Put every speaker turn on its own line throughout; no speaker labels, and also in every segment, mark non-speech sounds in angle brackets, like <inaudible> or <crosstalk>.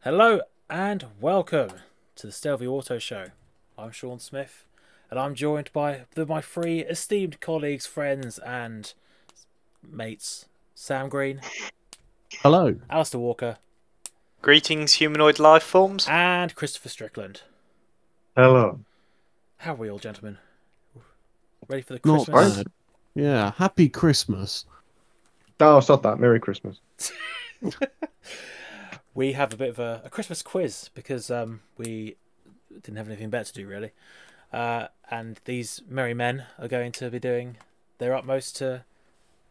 Hello and welcome to the Stelvio Auto Show. I'm Sean Smith, and I'm joined by the, my three esteemed colleagues, friends, and mates: Sam Green,
Hello.
Alistair Walker,
Greetings, humanoid life forms.
and Christopher Strickland.
Hello.
How are we all, gentlemen? Ready for the
Not
Christmas?
bad. Yeah. Happy Christmas.
No, it's not Oh, that. Merry Christmas.
we have a bit of a, a Christmas quiz because um, we didn't have anything better to do really, uh, and these merry men are going to be doing their utmost to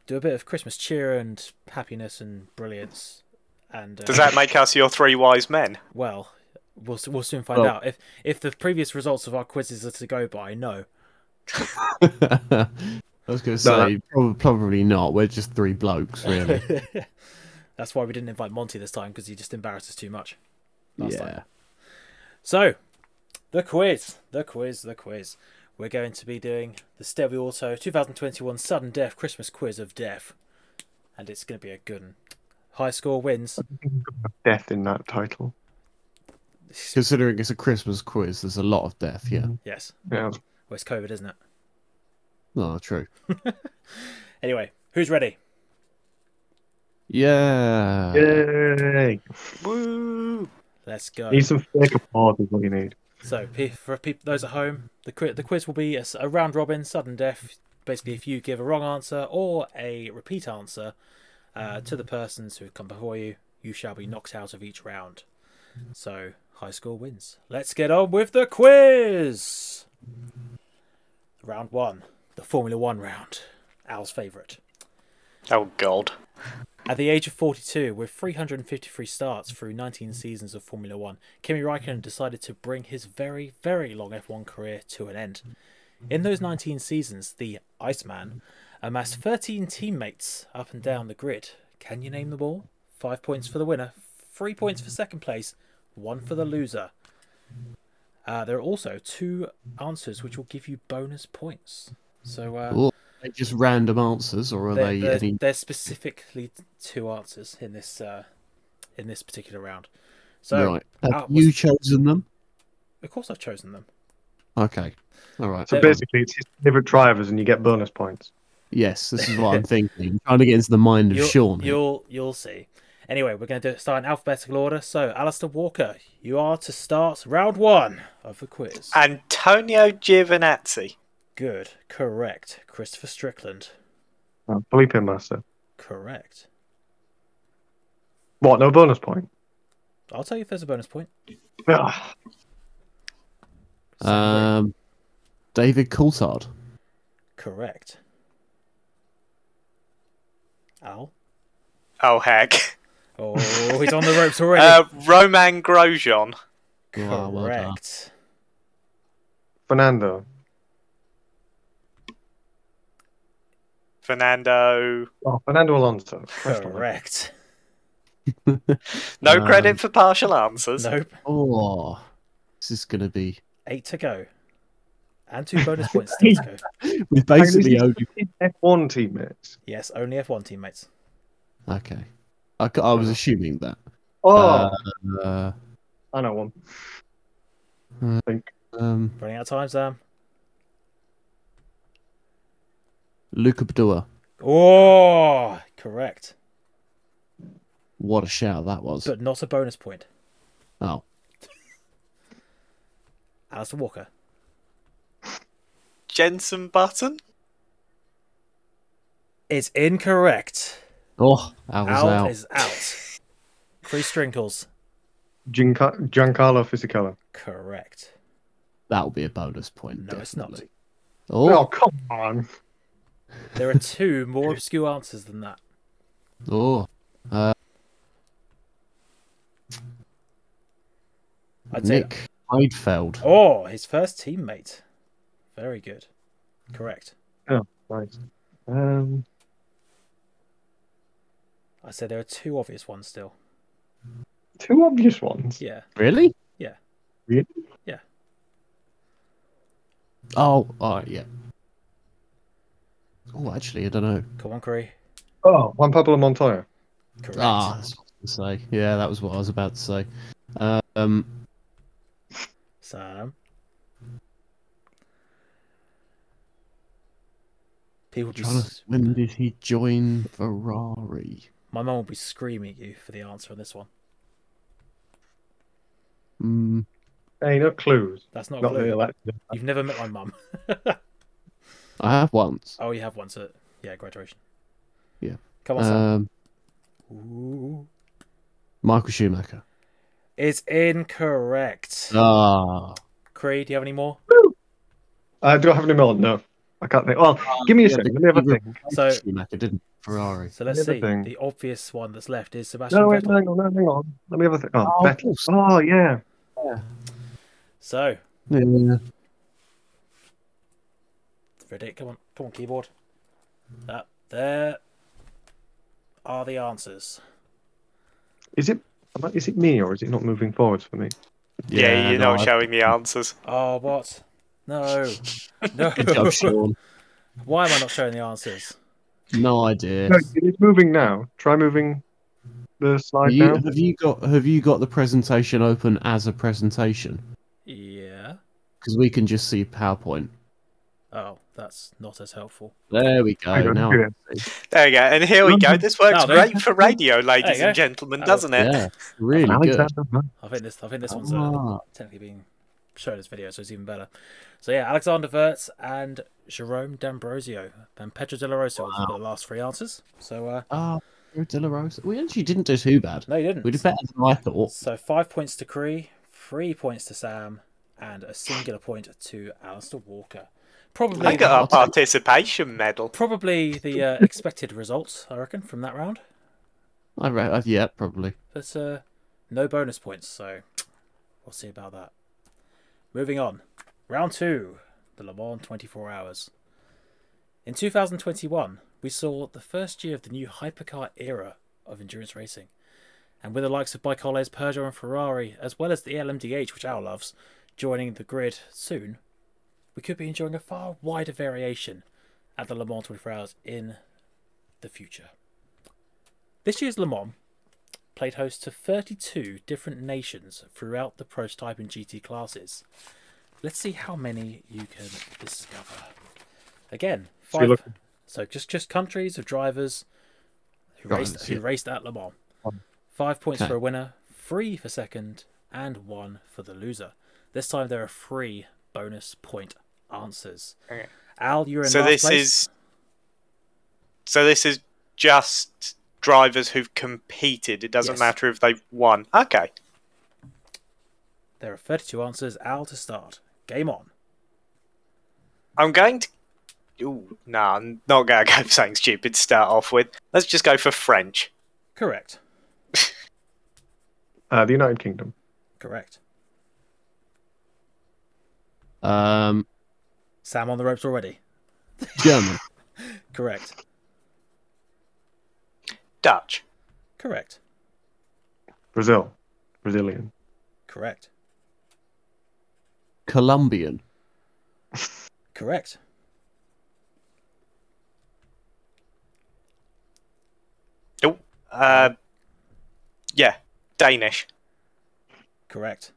do a bit of Christmas cheer and happiness and brilliance. And uh,
Does that make us your three wise men?
well? We'll s- we'll soon find
Well-
out if if the previous results of our quizzes are to go by. No,
I was going to say, prob- probably not. We're just three blokes, really.
that's why we didn't invite Monty this time because he just embarrassed us too much. Last time.
yeah.
So, the quiz, the quiz, the quiz. We're going to be doing the Stevie Auto 2021 Sudden Death Christmas Quiz of Death, and it's going to be a good one. High score wins.
Death in that title.
Considering it's a Christmas quiz, there's a lot of death, yeah.
Yes,
Yeah.
well, it's COVID, isn't it?
Oh, true.
Anyway, who's ready?
Yeah.
Yay!
Woo!
Let's go.
Need some fake applause is what you need.
So, pe- for peop those at home, the quiz, the quiz will be a, s- a round robin, sudden death. Basically, if you give a wrong answer or a repeat answer uh, to the persons who come before you, you shall be knocked out of each round. So, high score wins. Let's get on with the quiz! Round one, the Formula One round, Al's favourite.
Oh god.
At the age of 42, with 353 starts through 19 seasons of Formula One, Kimi Raikkonen decided to bring his very, very long F1 career to an end. In those 19 seasons, the Iceman amassed 13 teammates up and down the grid. Can you name them all? Five points for the winner, three points for second place, one for the loser. Uh, there are also two answers which will give you bonus points. So uh,
Ooh, are they just random answers, or are
there-
they
there's,
any.
there's specifically two answers in this uh, in this particular round. So
right.
Ah,
Have
what's-
you chosen them?
of course I've chosen them.
Okay. All right.
Yeah.
So basically, it's his favorite drivers, and you get bonus points.
Yes, this is what I'm thinking. trying to get into the mind of
You'll,
Sean. here.
you'll you'll see. Anyway, we're going to do it, start in alphabetical order. So, Alistair Walker, you are to start round one of the quiz.
Antonio Giovinazzi.
Good, correct. Christopher Strickland,
Oh, bleeping master.
correct.
What? No bonus point.
I'll tell you if there's a bonus point.
Ugh.
Um, David Coulthard.
Correct. Al,
Oh heck.
oh, he's on the ropes already.
<laughs> Uh, Roman Grosjean.
correct.
wow, well done.
Fernando.
Fernando.
Oh, Fernando Alonso. Christ on it.
Correct.
No
Um,
credit for partial answers.
Nope.
Oh, this is going to be.
Eight to go. And two bonus points still to go.
<laughs> We've
Like, this
basically
is
only
his F1 teammates.
Yes, only F1 teammates.
Okay. I, c- I was assuming that.
Oh,
Uh,
I know one.
Hmm.
I think
um,
Running out of time, Sam.
Luca Badua.
Oh, correct.
What a shout that was.
But not a bonus point.
Oh,
Alistair Walker.
Jensen Button.
It's incorrect.
oh, I was
Al
out.
is out. Three strinkles.
Gianca- Giancarlo Fisichella.
Correct.
That'll be a bonus point.
No, it's not.
definitely.
Oh,
Oh,
come on.
There are two more obscure answers than that.
oh,
I'd say.
Nick Heidfeld.
Oh, his first teammate. Very good. Correct.
Oh, Nice. Um,
I said there are two obvious ones still.
two obvious ones.
Yeah.
Really?
Really?
Oh, all right, yeah. Oh, actually, I don't know.
Come on, Corey.
Oh, Juan Pablo Montoya.
Correct.
Ah, that's what I was going to say. Yeah, that was what I was about to say. Um,
Sam. People
trying
just
to, when did he join Ferrari?
my mum will be screaming at you for the answer on this one.
Mm,
Hey, no clues.
That's not a
Not
clue.
the election.
You've never met my mum. <laughs>
I have once.
Oh, you have once at yeah graduation.
Yeah.
Come on, Sam.
Um,
Ooh.
Michael Schumacher.
It's incorrect.
Ah,
Cree, do you have any more?
Uh, do I have any more? No. I can't think. Well,
Uh,
give me a second. Let me have a
you-
think.
So-
Schumacher didn't Ferrari.
So let's
Another
see.
thing.
The obvious one that's left is Sebastian
No, wait,
Vettel.
hang on, hang on. Let me have a think. Oh,
Oh,
Vettel. oh yeah.
So,
Yeah.
Riddick, come on, come on, keyboard. Uh, there are the answers.
Is it? Is it me or is it not moving forwards for me?
Yeah, you're
no,
not
I- <laughs>
showing the answers.
Oh, what? No, no.
Good job, Sean.
Why am I not showing the answers?
No idea.
No, it's moving now. Try moving the slide
You-
down.
have you got have you got the presentation open as a presentation?
Yeah.
Because we can just see PowerPoint.
Oh, that's not as helpful.
There we
Hang
go.
on,
Now,
here.
There you go. And here we go. This works
No, there-
great for radio, ladies
There you
and gentlemen,
Oh,
doesn't it?
yeah, really good.
Alexander Van-
I think this. I think this one's uh,
Ah,
technically being shown as video, so it's even better. So yeah, Alexander Verts and Jerome D'Ambrosio and Pedro De La Rosa were the last three answers. So uh,
ah, De La Rosa. We actually didn't do too bad.
no, you didn't.
We did better than I thought.
So five points to Cree, three points to Sam, and a singular point to Alistair Walker. Probably,
I got a
I'll take-
participation medal.
probably the uh, expected results, I reckon, from that round.
I re- uh, yeah, probably.
But uh, no bonus points, so we'll see about that. Moving on, round two, the Le Mans 24 Hours. In 2021, we saw the first year of the new hypercar era of endurance racing. And with the likes of Bicoles, Peugeot, and Ferrari, as well as the LMDH, which our loves, joining the grid soon, we could be enjoying a far wider variation at the Le Mans 24 Hours in the future. This year's Le Mans played host to 32 different nations throughout the prototype and GT classes. Let's see how many you can discover. Again,
So you're
five.
looking-
So just just countries of drivers who
Drivers,
raced who
yeah.
raced at Le Mans.
Um,
Five points
okay.
for a winner, three for second, and one for the loser. This time there are three bonus point answers.
Okay.
Al, you're in
So
last
this
place.
is so this is just drivers who've competed. It doesn't
Yes.
matter if they've won. Okay.
There are 32 answers. Al to start. Game on.
I'm going to Ooh, nah, I'm not gonna <laughs> go for something stupid to start off with. Let's just go for French.
Correct.
Uh, the United Kingdom.
Correct.
Um,
Sam on the ropes already.
<laughs>
German.
Correct.
Dutch.
Correct.
Brazil. Brazilian.
Correct.
Colombian.
Correct.
Nope. Uh yeah. Danish.
Correct.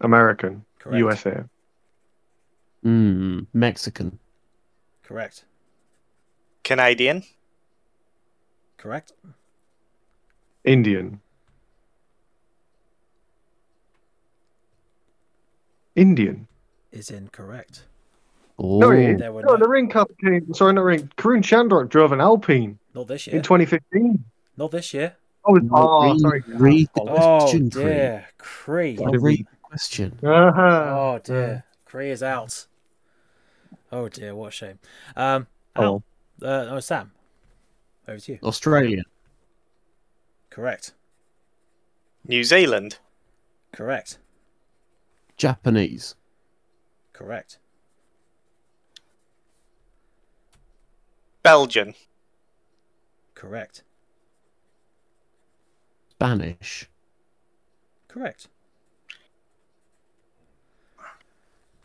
American.
Correct.
USA.
Hmm. Mexican.
Correct.
Canadian.
Correct.
Indian. Indian.
Is incorrect.
Oh,
No, it is.
There were
No,
no-
the ring cup came. Sorry, not ring. Karun Chandrok drove an Alpine
Not this
in
year.
2015.
Not this year.
Oh, it-
No,
oh
read-
sorry.
read the
Oh
question, Cree.
dear. Cree.
Gotta read the question.
Uh-huh.
Oh dear, Cree is out. Oh dear, what a shame. Um,
Oh,
Al, uh, oh Sam, over to you.
Australia.
Correct,
New Zealand.
correct,
Japanese.
correct,
Belgian.
correct,
Spanish.
correct,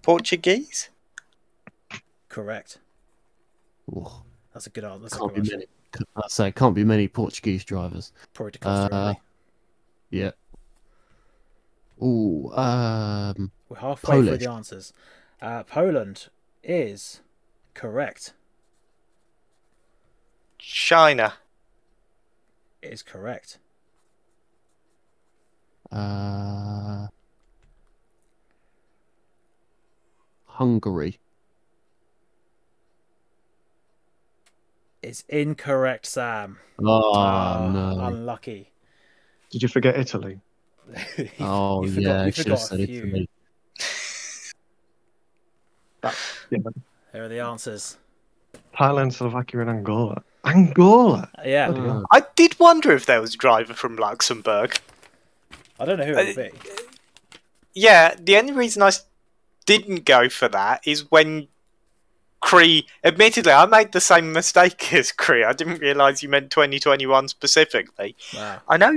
Portuguese?
correct.
Oh,
That's a good answer. That's a
can't
good
be
answer.
many. I say can't be many Uh, Portuguese drivers.
Probably to Costa
Uh,
Rica.
Yeah. Ooh, um,
We're halfway through
Polish.
the answers. Uh, Poland is correct.
China.
Is correct.
uh, Hungary.
Is incorrect, Sam.
Oh,
Ah,
no.
Unlucky.
Did you forget Italy?
You-
Oh,
you forgot-
yeah,
you
I should have
forgot a
said it
few.
to me.
There are the answers.
Thailand, Slovakia, and Angola. Angola.
Uh, Yeah,
Bloody hell.
I did wonder if there was a driver from Luxembourg.
I don't know who it
Uh,
would be.
Yeah, the only reason I s- didn't go for that is when Cree. Admittedly, I made the same mistake <laughs> as Cree. I didn't realise you meant 2021 specifically.
Wow,
I know.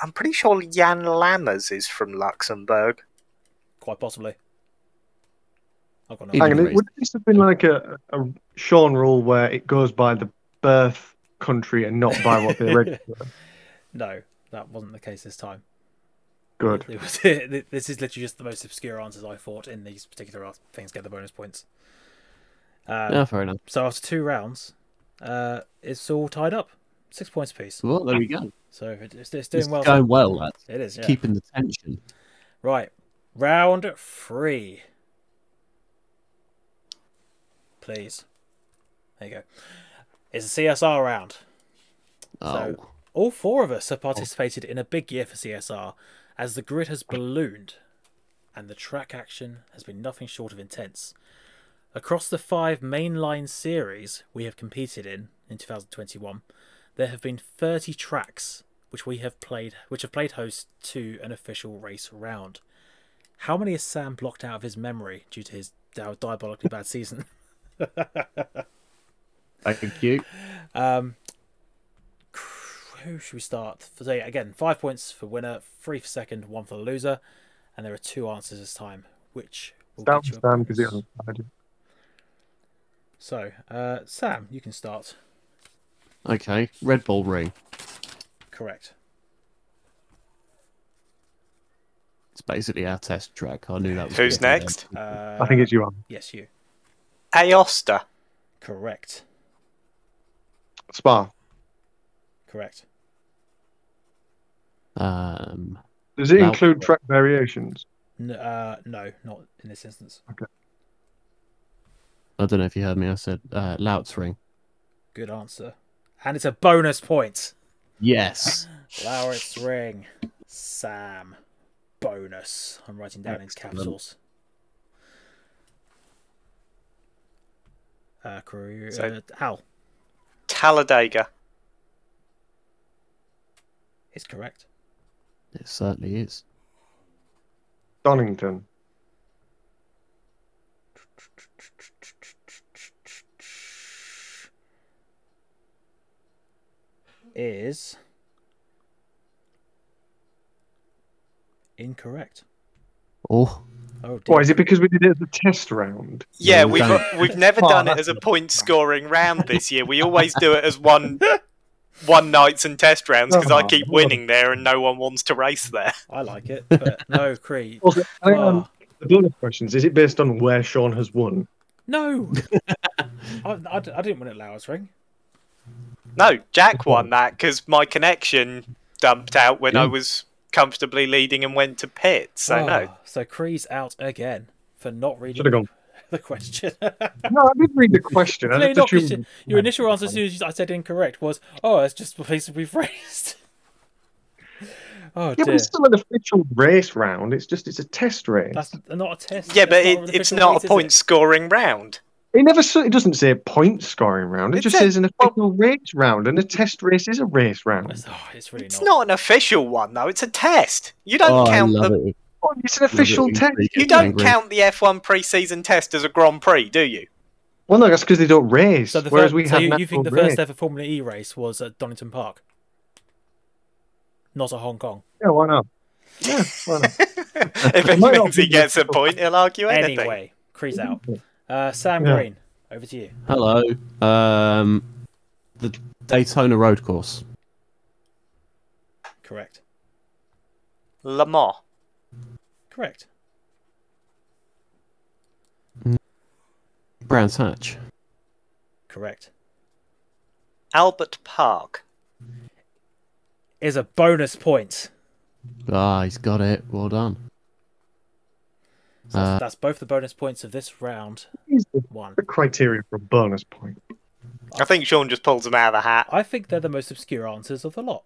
I'm pretty sure Jan Lammers is from Luxembourg.
quite possibly. I've got no
Even
Hang on,
raised-
would this have been like a, a Sean rule where it goes by the birth country and not by what they register?
<laughs>
No, that wasn't the case this time.
Good.
It was, <laughs> this is literally just the most obscure answers I thought in these particular ar- things get the bonus points. Um,
Yeah, fair enough.
So after two rounds, uh, it's all tied up, six points apiece.
Well, there we go.
So it- it's, it's doing
It's
well.
going well, lads.
It is. Yeah.
Keeping the tension.
Right, round three. Please. There you go. It's a CSR round.
Oh,
All four of us have participated in a big year for CSR, as the grid has ballooned and the track action has been nothing short of intense. Across the five mainline series we have competed in in 2021, there have been 30 tracks which we have played, which have played host to an official race round. How many has Sam blocked out of his memory due to his di- diabolically bad season?
thank you.
Um, who should we start? For say again, five points for winner, three for second, one for the loser, and there are two answers this time, which will
Down
get
to
you. a
Sam because he
bonus.
hasn't decided.
So, uh, Sam, you can start.
Okay, Red Bull Ring.
Correct.
It's basically our test track. I knew that was.
Who's
gonna be
next?
there.
Uh,
I think it's you. Anne.
yes, you.
Aosta.
Correct.
Spa.
Correct.
Um,
Does it
Mal-
include track variations?
N- uh, no, not in this instance.
I don't know if you heard me. I said uh, Louts Ring.
Good answer, and it's a bonus point.
Yes.
Lowritz ring, Sam, bonus. I'm writing down
Excellent.
in capitals. Uh, crew,
So-
uh, Al
Talladega.
is correct.
<gasps> It certainly is.
Donington.
Is incorrect.
Oh,
Oh, dear.
Why is it because we did it as a test round?
Yeah,
Yeah,
we've
we've
<laughs> we've never
Oh,
done it as
that's
a point scoring <laughs> round this year. We always do it as one one nights and test rounds because I
Oh,
keep
Lord.
winning there and no one wants to race there.
I like it, but no, Cree.
Also, I think, um,
Oh,
the bonus questions is it based on where Sean has won?
no, I, I d- I didn't win at Lowers Ring.
No, Jack won that because my connection dumped out when I
Yeah.
was comfortably leading and went to pit. So no,
Oh, So Cree's out again for not reading
Should have gone.
the question.
No, I did read the question. I
Clearly
just
not, 'cause
assumed.
your initial answer, as soon as I said incorrect, was, "Oh, it's just the place we've raised." <laughs> Oh
Yeah, but
dear,
it's still an official race round. It's just it's a test race.
that's not a test.
yeah, but
That's
it,
an
it's
official
not
race,
a
is
point
it?
scoring round.
It never. s- It doesn't say a point scoring round. It,
It
just
said-
says an official race round, and a test race is a race round.
It's, oh, it's really
It's
not.
not an official one though. It's a test. You don't
Oh, I
count
love
the
it. Love
Oh, it's an official
it.
test.
Intrigue.
you don't
Angry.
count the F1 preseason test as a Grand Prix,
<laughs>
do you?
Well, no, that's because they don't race.
So, the
whereas
first,
we
so
have
you, you
national
think the
race.
first ever Formula E race was at Donington Park, not at Hong Kong?
Yeah, why not? Yeah, why not?
<laughs>
if it
It might not
means he
be
gets a point, he'll argue anything.
Anyway, Cree's out. Uh, Sam
Mm-hmm. Yeah.
Green, over to you.
Hello. Um, the Daytona Road Course.
Correct.
Lamar.
Correct.
Brands Hatch.
Correct.
Albert Park.
Is a bonus point.
Ah, he's got it. Well done.
So that's,
Uh,
that's both the bonus points of this round.
Is the
One.
the criteria for a bonus point?
I think Sean just pulls them out of the hat.
I think they're the most obscure answers of the lot.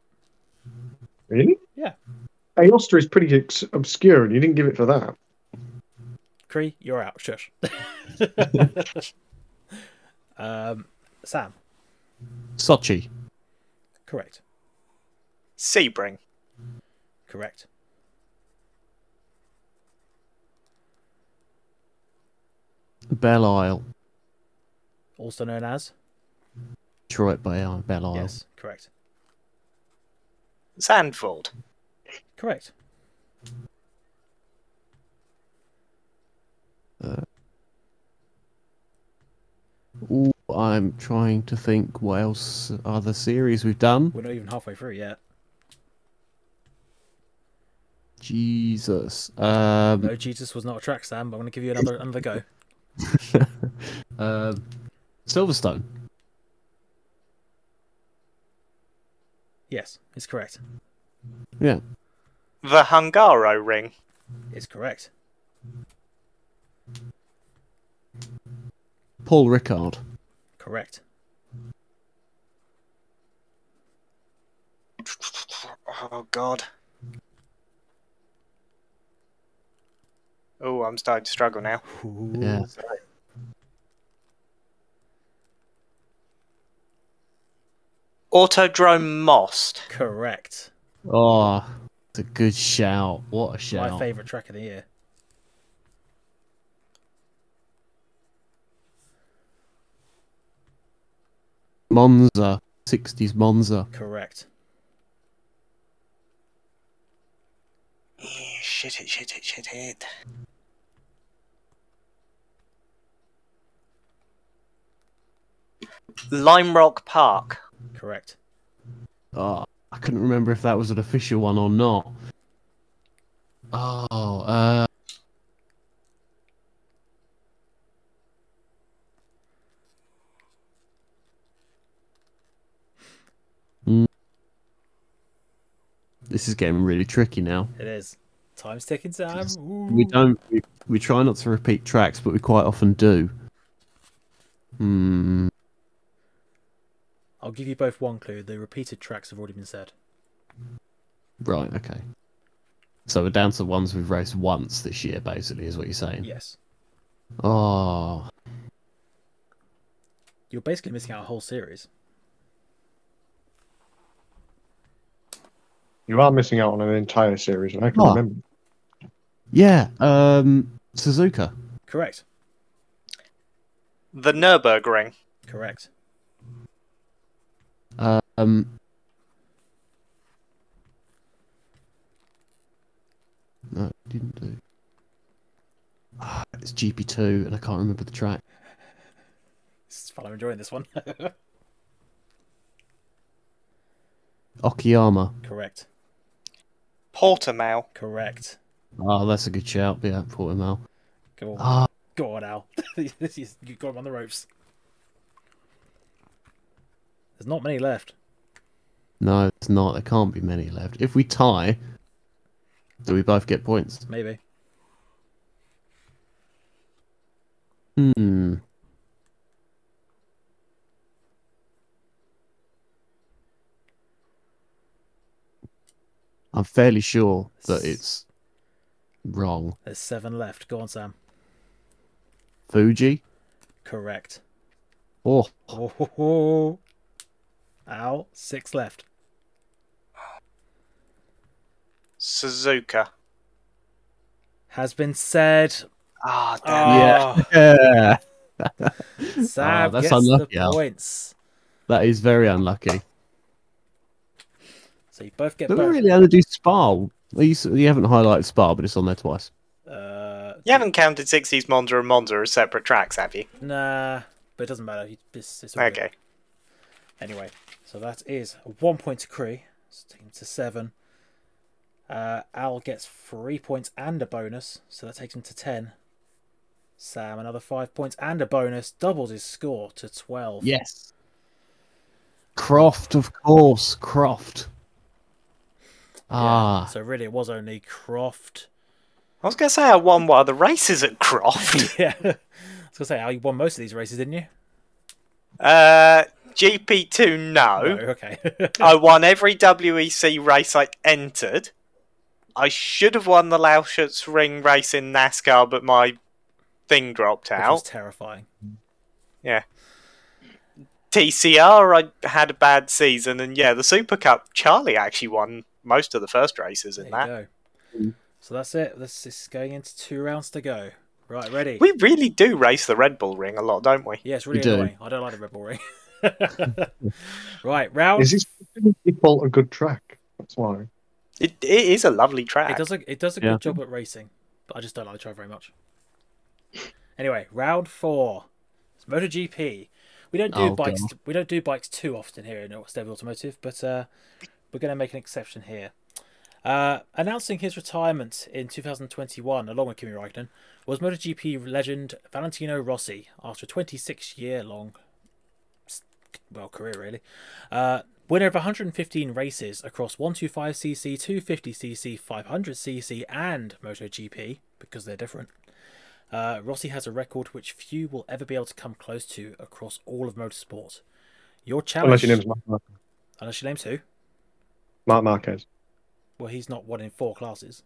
Really?
Yeah.
Aosta is pretty ex- obscure, and you didn't give it for that.
Cree, you're out.
<laughs>
Shush. um, Sam,
Sochi.
correct.
Sebring.
Correct.
Belle Isle.
Also known as?
Detroit Bay Isle. Belle Isle.
Yes, correct.
Sandford.
Correct.
Ooh, I'm trying to think what else are the series we've done.
We're not even halfway through yet.
Jesus. Um,
No, Jesus was not a track, Sam. but I'm going to give you another another go.
um, Silverstone.
Yes, it's correct.
Yeah.
The Hungaro Ring.
It's correct.
Paul Ricard.
Correct.
Oh, God. Oh, I'm starting to struggle now.
Yeah.
Autodrome Most.
Correct.
Oh, it's a good shout. What a shout.
My favourite track of the year.
Monza. 60s Monza.
Correct.
Shit it, shit it, shit it. Lime Rock Park.
Correct.
Oh, I couldn't remember if that was an official one or not. Oh, uh, Mm. this is getting really tricky now.
It is. Time's ticking, Sam. Ooh.
We don't. We, we try not to repeat tracks, but we quite often do. Hmm.
I'll give you both one clue. The repeated tracks have already been said.
Right. Okay. So we're down to ones we've raced once this year, basically, is what you're saying.
Yes.
Oh,
You're basically missing out a whole series.
You are missing out on an entire series, and I can
Oh.
remember.
yeah. Um, Suzuka.
Correct.
The Nürburgring.
Correct.
Um. No, it didn't do. Ah, It's GP2, and I can't remember the track.
This is fun. I'm enjoying this one. <laughs>
Okiyama.
Correct.
Portimao.
Correct.
Oh, that's a good shout. Yeah, Portimao.
Go on.
Ah,
Go on, Al. <laughs> this is, you got him on the ropes. There's not many left.
no, it's not. There can't be many left. If we tie, do we both get points?
Maybe.
Hmm. I'm fairly sure that it's wrong.
There's seven left. Go on, Sam.
Fuji?
Correct.
Oh,
Oh, ho, ho. Al, six left.
Suzuka.
Has been said.
Ah, damn. it.
Ah,
yeah.
Sam
Ah, that's
gets
unlucky,
the
Al.
points.
That is very unlucky.
So you both get
Do we
both.
really only do Spa? Well, You, s- you haven't highlighted Spa, but it's on there twice.
Uh,
You haven't counted 60s Monza and Monza as separate tracks, have you?
Nah, but it doesn't matter. You- It's, it's all good.
Okay.
Anyway, so that is one point to Cree. It's taken to seven. Uh, Al gets three points and a bonus, so that takes him to 10. Sam, another five points and a bonus, doubles his score to 12.
Yes. Croft, of course, Croft. Ah,
So really, it was only Croft. <laughs>
I was going to say I won one of the races at Croft.
yeah. I was going to say, Al, you won most of these races, didn't you?
uh, GP2,
No,
no.
okay. <laughs>
I won every WEC race I entered. I should have won the Lauschutz Ring race in NASCAR, but my thing dropped
Which was
out.
terrifying.
TCR, I had a bad season, and yeah, the Super Cup, Charlie actually won most of the first races
There
in
you
that.
go. So that's it. This is going into two rounds to go. Right, ready?
We really do race the Red Bull Ring a lot, don't we?
Yeah, it's really
do.
annoying. I don't like the Red Bull ring. <laughs> right, round.
Is this default a good track? That's why.
It, it is a lovely track.
It does a it does a
Yeah.
good job at racing, but I just don't like the track very much. Anyway, round four. It's MotoGP. We don't do
Oh,
bikes. We don't do bikes too often here in Stable Automotive, but uh, we're going to make an exception here. Uh, announcing his retirement in 2021, along with Kimi Raikkonen, was MotoGP legend Valentino Rossi after a 26-year-long, well, career really. Uh, winner of 115 races across 125cc, 250cc, 500cc, and MotoGP because they're different. Uh, Rossi has a record which few will ever be able to come close to across all of motorsport. Your challenge,
Unless your name's Mark, Mar-
unless your name's who?
Mark Marquez.
Well, he's not one in four classes.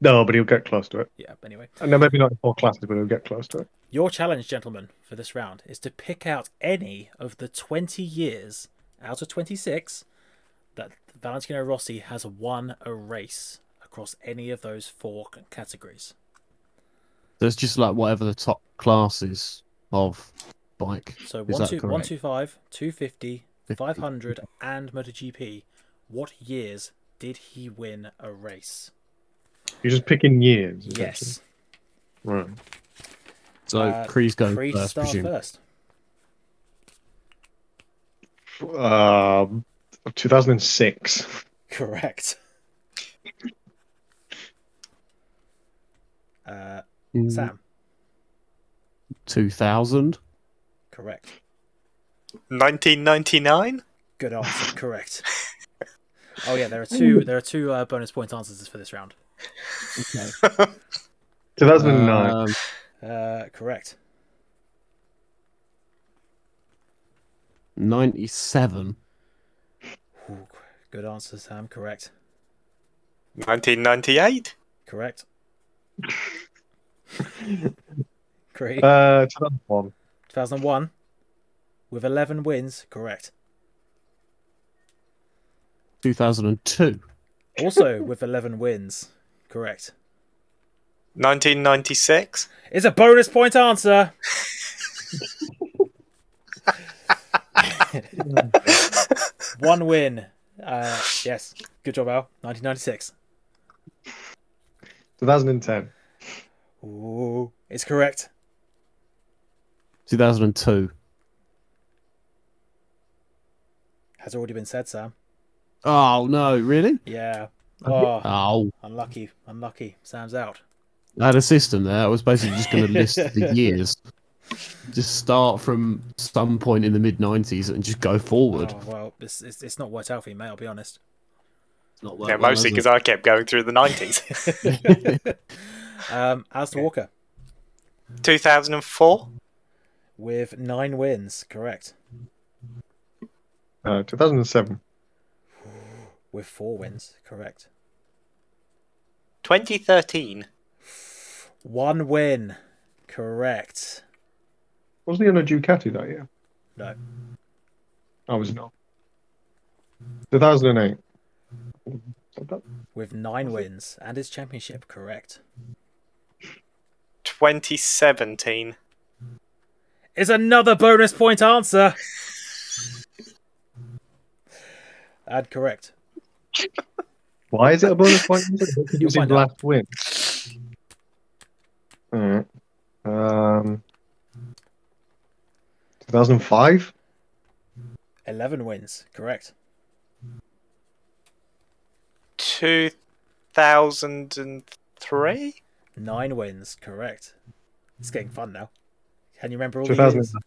No, but he'll get close to it. Uh,
Yeah, but anyway.
No, maybe not in four classes, but he'll get close to it.
Your challenge, gentlemen, for this round is to pick out any of the 20 years out of 26 that Valentino Rossi has won a race across any of those four c- categories.
there's just like whatever the top classes of bike.
So
Is
one,
that
two,
correct?
125, 250,
50.
500, and MotoGP. What years did he win a race?
You're just picking years. essentially.
Yes.
Right.
So
Uh,
Cree's going
Free to
first,
start
presumably.
first.
Um, 2006.
Correct. Uh,
Mm,
Sam,
2000.
correct.
1999?
Good answer, correct. Oh yeah, there are two. There are two uh, bonus point answers for this round.
2009.
Um,
Uh, correct.
97.
Ooh, good answer, Sam. Correct.
1998?
Correct. Great.
Uh, 2001.
2001 with 11 wins. Correct.
2002.
Also with 11 wins. Correct.
1996?
It's a bonus point answer. <laughs> One win. Uh, yes. Good job, Al. 1996.
2010.
Ooh, it's correct.
2002.
Has already been said, Sam.
Oh, no, really?
Yeah. Oh,
Oh,
unlucky. Unlucky. Sam's out.
I had a system there. I was basically just going to
<laughs>
list the years. Just start from some point in the mid 90s and just go forward.
Oh, well, it's, it's, it's not worked out for you, mate. I'll be honest.
It's not that
yeah,
well,
mostly
has
because I kept going through the <laughs> 90s.
Um, <laughs> Alistair Walker
2004?
with nine wins. Correct.
Uh, 2007.
With four wins. Correct.
2013?
One win. Correct.
Wasn't he on a Ducati that year?
No.
I was not. 2008.
With nine wins and his championship. Correct.
2017?
It's another bonus point answer. <laughs> And correct.
Why is it a bonus point?
<laughs>
It was his
find out.
last win. Alright. Um, 2005?
11 wins. Correct.
2003?
Nine wins, correct. It's getting fun now. Can you remember all the years?
2011.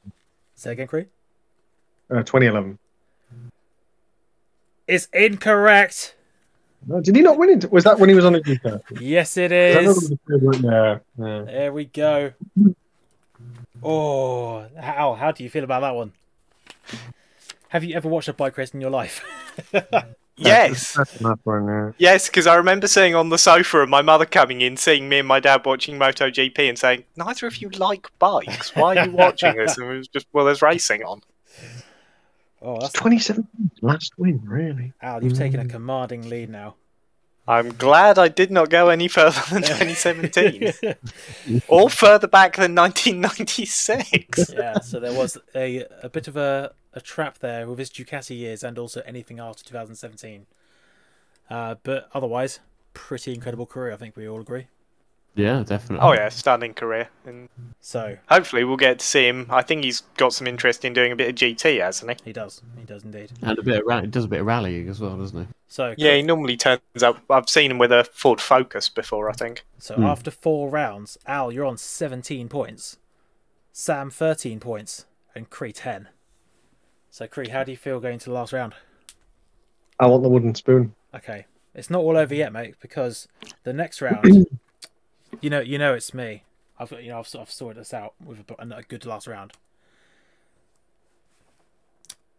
Say again, Cree?
Uh, 2011.
It's incorrect.
No, did he not win it? Was that when he was on a Duca?
Yes, it
I remember
is. Uh,
the third one there. Yeah.
There we go. Oh, how how do you feel about that one? Have you ever watched a bike race in your life? <laughs>
Yes.
That's the last one, uh, yeah.
Yes, because I remember sitting on the sofa and my mother coming in, seeing me and my dad watching MotoGP and saying, Neither of you like bikes. Why are you watching this? And it was just, Well, there's racing on.
oh, that's
2017, last win, really.
Al, you've taken a commanding lead now.
I'm glad I did not go any further
<laughs>
than 2017 or further back than 1996.
yeah, so there was a a bit of a, a trap there with his Ducati years and also anything after 2017. Uh, but otherwise, pretty incredible career, I think we all agree.
Yeah, definitely.
Oh, yeah, stunning career. And
So
hopefully we'll get to see him. I think he's got some interest in doing a bit of GT, hasn't he?
he does, he does indeed.
And a bit of rally, does a bit of rallying as well, doesn't he?
So
Yeah, he normally turns up. I've seen him with a Ford Focus before, I think.
So after four rounds, Al, you're on 17 points, Sam 13 points, and Cree 10. So Cree, how do you feel going to the last round?
I want the wooden spoon.
Okay, it's not all over yet, mate, because the next round, you know, you know, it's me. I've you know I've sort of sorted this out with a, a good last round.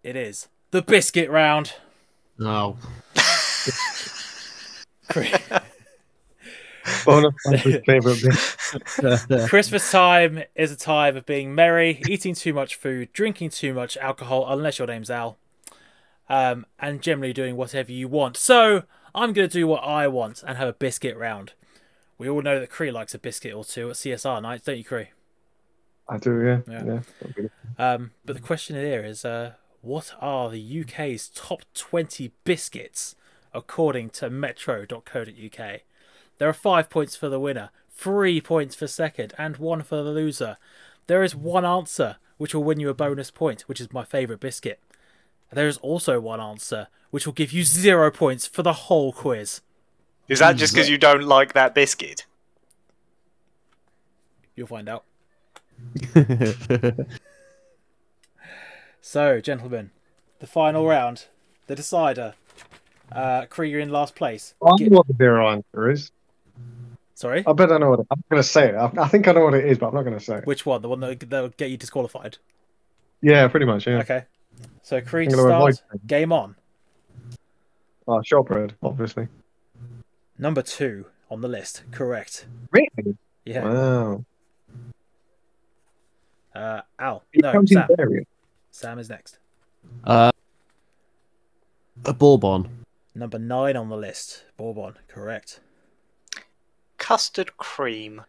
It is the biscuit round.
Oh,
Cree-
Bonus point
<laughs>
for his favourite bit.
Christmas time is a time of being merry, eating too much food, drinking too much alcohol, unless your name's Al, um, and generally doing whatever you want. So I'm going to do what I want and have a biscuit round. We all know that Cree likes a biscuit or two at CSR nights, don't you, Cree?
I do, yeah.
Yeah.
yeah.
Um, but the question here is uh, what are the UK's top 20 biscuits according to metro.co.uk? There are five points for the winner, three points for second, and one for the loser. There is one answer which will win you a bonus point, which is my favourite biscuit. There is also one answer which will give you zero points for the whole quiz.
Hmm, Is that just because you don't like that biscuit?
You'll find out. So, gentlemen, the final round, the decider. Uh, Kree, you're in last place.
I
Get-
know what the zero answer is.
Sorry?
I bet I know what it, I'm going to say it. I, I think I know what it is, but I'm not going to say it.
Which one? The one that that'll get you disqualified.
Yeah, pretty much. Yeah.
Okay. So Creed
I'm gonna
start
avoid-
game on.
Oh, shortbread, obviously.
Number two on the list. Correct.
Really?
Yeah.
Wow.
Uh Al.
It
No,
comes in
Sam.
various.
Sam is next.
<laughs> uh, a Bourbon.
Number nine on the list. Bourbon. Correct.
Custard cream.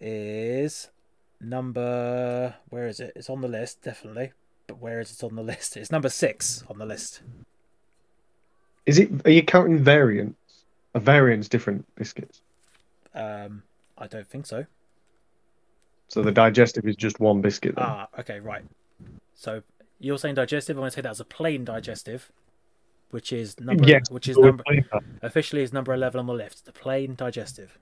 Is number where is it? It's on the list, definitely. But where is it on the <laughs> list? It's number six on the list.
Is it? Are you counting variants? A variants different biscuits.
Um I don't think so.
So the digestive is just one biscuit. Then.
Ah, okay, right. So you're saying digestive, I'm gonna say that as a plain digestive. Which is number
yes.
which is
so we're
number
playing that.
Officially is number 11 on the list, the plain digestive.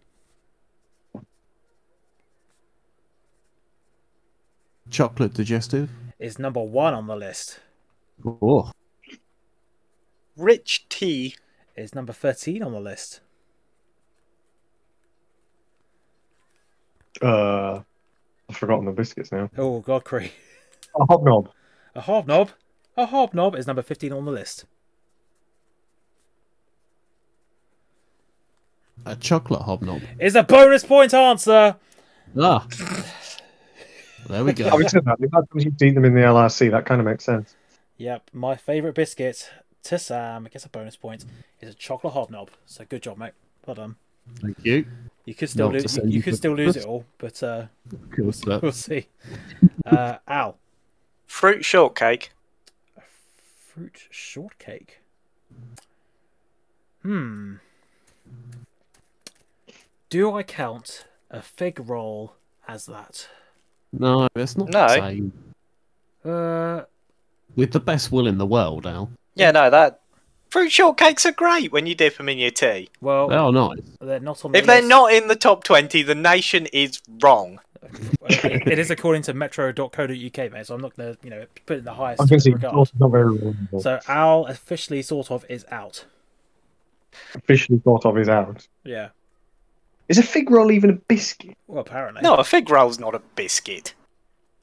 Chocolate digestive.
Is number 1 on the list.
Oh,
Rich tea.
Is number 13 on the list.
Uh, I've forgotten the biscuits now.
Oh, God, Cree.
A hobnob.
A hobnob? A hobnob is number 15 on the list.
a chocolate hobnob.
Is a bonus point answer!
Ah, <laughs> there we go.
Having said that, the amount of times you've eaten them in the LRC, that kind of makes sense.
Yep, my favourite biscuit, to Sam, gets a bonus point, is a chocolate hobnob. So good job, mate. Well done.
Thank you.
You could still,
Not to
lose,
say
you, you
you
could
could-
still lose it all, but uh, <laughs>
Cool stuff.
we'll see. Uh, Al,
Fruit shortcake.
Fruit shortcake. Hmm. Do I count a fig roll as that?
No, it's not
No.
the same.
Uh,
With the best will in the world, Al.
Yeah, no, that Fruit shortcakes are great when you dip them in your tea.
Well,
They are Oh, nice.
they're not on.
If
the
they're
list.
not in the top 20, the nation is wrong.
it it is according to Metro.co.uk, mate. So I'm not gonna, you know, put it in the highest
I can see
regard.
not not very reliable.
So Al officially sort of is out.
Officially thought of is out.
Yeah.
Is a fig roll even a biscuit?
Well, apparently.
No, a fig roll's not a biscuit.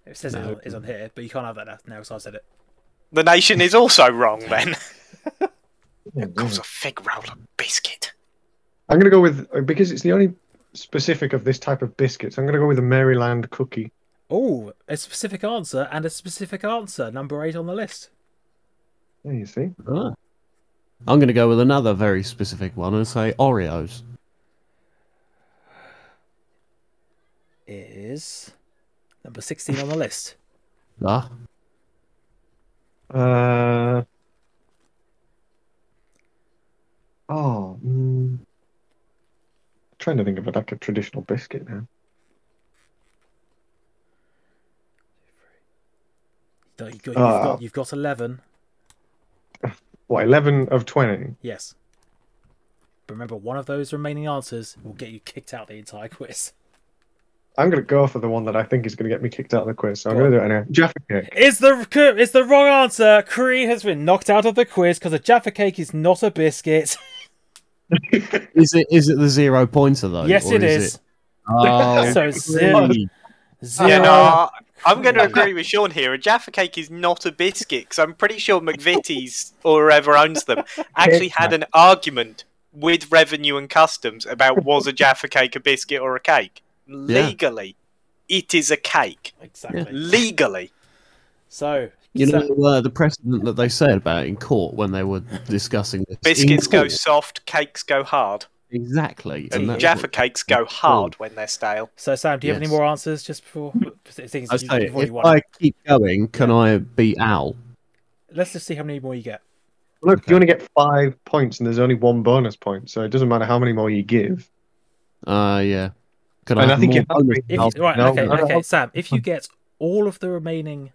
It says it on, it's on here, but you can't have that now- now because I said it.
The nation is also wrong <laughs> then. Calls a fig roll a biscuit.
I'm gonna go with because it's the only specific of this type of biscuits. I'm gonna go with a Maryland cookie.
Oh, a specific answer and a specific answer. Number eight on the list.
There you see.
Ah. I'm going to go with another very specific one and say Oreos.
Is number 16 <laughs> on the list.
Ah,
Uh. Oh. Mm, trying to think of like a traditional biscuit now.
No, You've got, you've
Ah.
got, you've got 11.
What? Eleven of twenty.
Yes. But remember, one of those remaining answers will get you kicked out the entire quiz.
I'm gonna go for the one that I think is gonna get me kicked out of the quiz. So I'm
Go
gonna do it anyway. Jaffa cake.
<laughs> It's the it's the wrong answer. Cree has been knocked out of the quiz because a Jaffa cake is not a biscuit.
<laughs> is it is it the zero pointer though?
yes,
or
it is.
Oh,
<laughs>
<laughs>
<laughs>
So zero,
really?
zero.
Yeah, no, I- Uh, I'm going to agree with Sean here. A Jaffa cake is not a biscuit because I'm pretty sure McVitie's or whoever owns them actually had an argument with Revenue and Customs about was a Jaffa cake a biscuit or a cake. Legally, it is a cake.
Exactly.
Legally.
So,
you
so-
know uh, the precedent that they said about it in court when they were discussing this. in
Biscuits go
court.
soft, cakes go hard.
exactly,
See,
and that's
Jaffa
what-
cakes go hard when they're stale.
so Sam, do you have any
Yes.
more answers just
<laughs>
before things
I
you,
say,
you've already
if
won?
I keep going, can I beat Al?
Let's just see how many more you get.
Look,
Okay.
you only get five points, and there's only one bonus point, so it doesn't matter how many more you give.
Uh, yeah. Can I?
And I
have
think
more
you have to
bonus
If
points?
you, right,
no,
okay,
no, no.
okay, Sam, if you get all of the remaining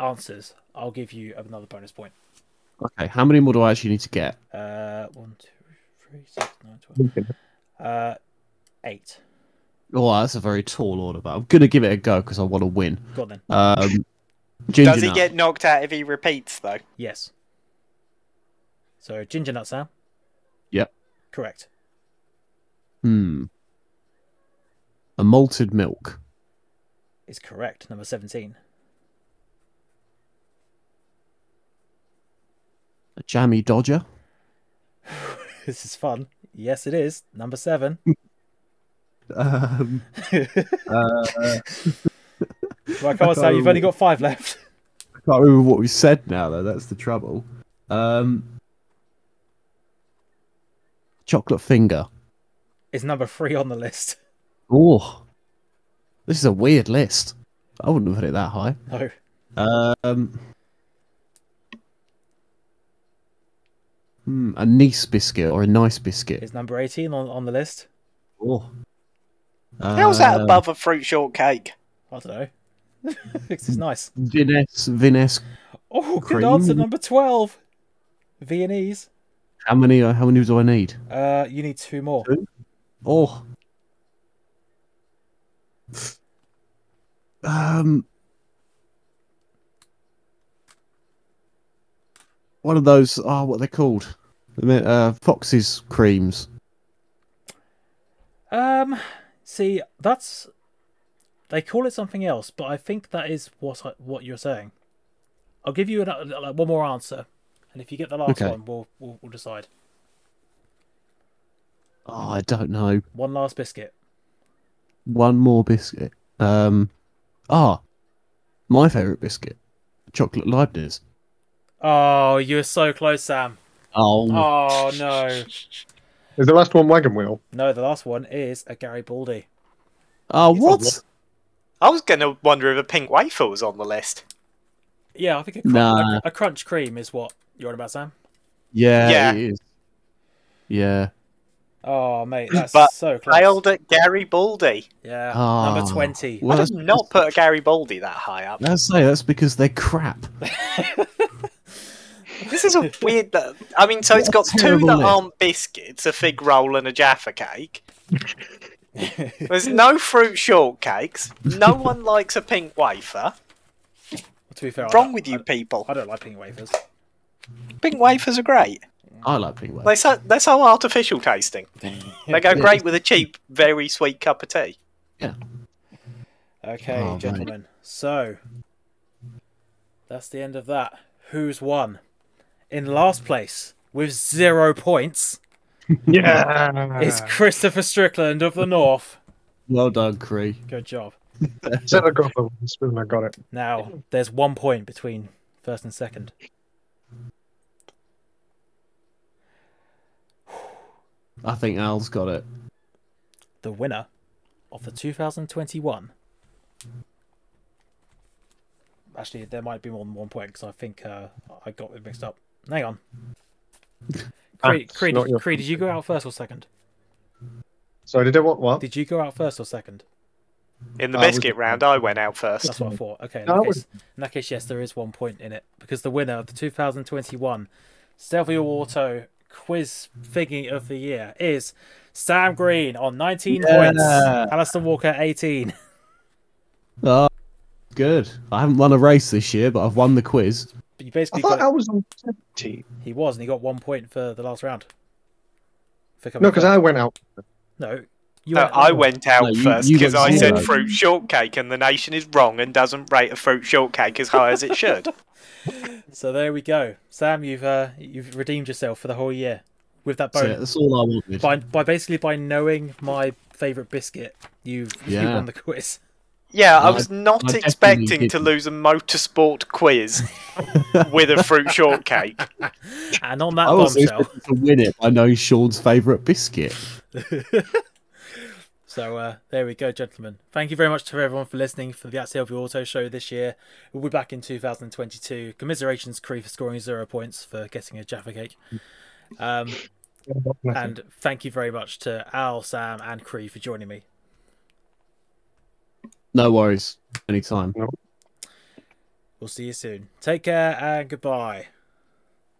answers, I'll give you another bonus point.
Okay, how many more do I actually need to get?
Uh, one, two, three, six, nine, twelve.
Lincoln.
Uh, eight.
Oh, that's a very tall order, but I'm gonna give it a go because I want to win.
Go on then.
Um, ginger
Does he
nut.
get knocked out if he repeats, though?
Yes. So ginger nut, Sam.
Yep.
Correct.
Hmm. A malted milk.
Is correct. Number seventeen. <laughs>
A jammy dodger.
this is fun. Yes, it is. Number seven.
Um,
Right,
<laughs>
come on, Sam. You've only
Oh.
got five left. <laughs>
can't remember what we said now though. That's the trouble. Um, chocolate finger.
Is number three on the list? <laughs>
Oh, this is a weird list. I wouldn't have put it that high.
No.
Um, hmm, a nice biscuit or a nice biscuit.
Is number eighteen on, on the list?
Oh.
How's that
Uh,
above a fruit shortcake?
I don't know. <laughs> this is nice.
Vines, Vines.
Oh, good
Cream.
answer. Number twelve. Viennese.
How many? How many do I need?
Uh, you need two more.
Oh. Um. One of those. Oh, what are they called? The mi- Uh, Fox's creams.
Um, see, that's they call it something else, but I think that is what I, what you're saying. I'll give you an, uh, like one more answer, and if you get the last
Okay.
one, we'll, we'll we'll decide.
Oh, I don't know.
One last biscuit.
One more biscuit. Um. Ah, my favorite biscuit, chocolate Leibniz.
Oh, you were so close, Sam.
Oh,
Oh no,
Is the last one wagon wheel?
no. The last one is a Gary Baldy.
oh,
it's a
what?
I was going to wonder if a pink wafer was on the list.
Yeah, I think a crunch,
Nah.
a, a crunch cream is what you're on about, Sam.
Yeah,
Yeah.
it is. Yeah.
Oh mate, that's
But
so close.
Failed at Gary Baldy.
Yeah,
Ah,
number twenty.
Well,
I
that's,
did not put a Gary Baldy that high up.
let's say that's because they're crap.
This
<laughs>
is a weird. I mean, so it's got two
Terrible
that
name.
aren't biscuits, a fig roll, and a
<laughs>
jaffa cake. There's no fruit shortcakes. No one likes a pink wafer.
to be fair, I
What's wrong
don't-
with you
I,
people?
I don't like pink wafers.
Pink wafers are great.
I like pink
They
wafers.
so, they're so
<laughs>
artificial tasting. They go great with a cheap, very sweet cup of tea.
Okay,
Oh, mate.
gentlemen. So that's the end of that. Who's won? In last place with zero points
Yeah. <laughs>
is Christopher Strickland of the North.
Well done, Cree.
Good job.
Set the goal for one spoon. I got it.
Now there's one point between first and second.
I think Al's got it.
The winner of the 2021. Actually, there might be more than one point because I think uh, I got it mixed up. Hang on. Creed,
That's
Creed,
Ah, not your
Creed, did you go out first or second?
So did I what? What?
Did you go out first or second?
In the
I would-
biscuit round, I went out first.
That's what I thought. Okay, in,
No,
that
I
case, in that case, yes, there is one point in it because the winner of the 2021
Mm.
Stelvio Auto Quiz Figgy of the Year is
Mm.
Sam Green on 19 points,
Yeah.
Alistair Walker 18.
Oh, good. I haven't won a race this year, but I've won the quiz.
But you
I
basically
thought
got,
I was on 17.
he was, and he got one point for the last round. For coming
No, because
first.
I went out.
no, you
No,
went
Uh, I
over.
went out
No, you-
first
you
because
got
I said
zero.
fruit shortcake, and the nation is wrong and doesn't rate a fruit shortcake as high as it should.
So there we go, Sam. You've uh, you've redeemed yourself for the whole year with that
That's, it.
bonus.
That's all I wanted.
by by basically by knowing my favorite biscuit, you've you
Yeah.
won the quiz.
Yeah, I
Well,
was not
I definitely
expecting to
didn't.
lose a motorsport quiz with a fruit shortcake.
And on that
I was
bombshell,
expecting to win it. I know Sean's favourite biscuit.
so uh, there we go, gentlemen. Thank you very much to everyone for listening for the At Selfie Auto Show this year. We'll be back in 2022. Commiserations, Cree, for scoring zero points for getting a Jaffa cake. Um, and thank you very much to Al, Sam, and Cree for joining me.
No worries. Anytime.
We'll see you soon. Take care and goodbye.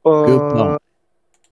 But-
Goodbye.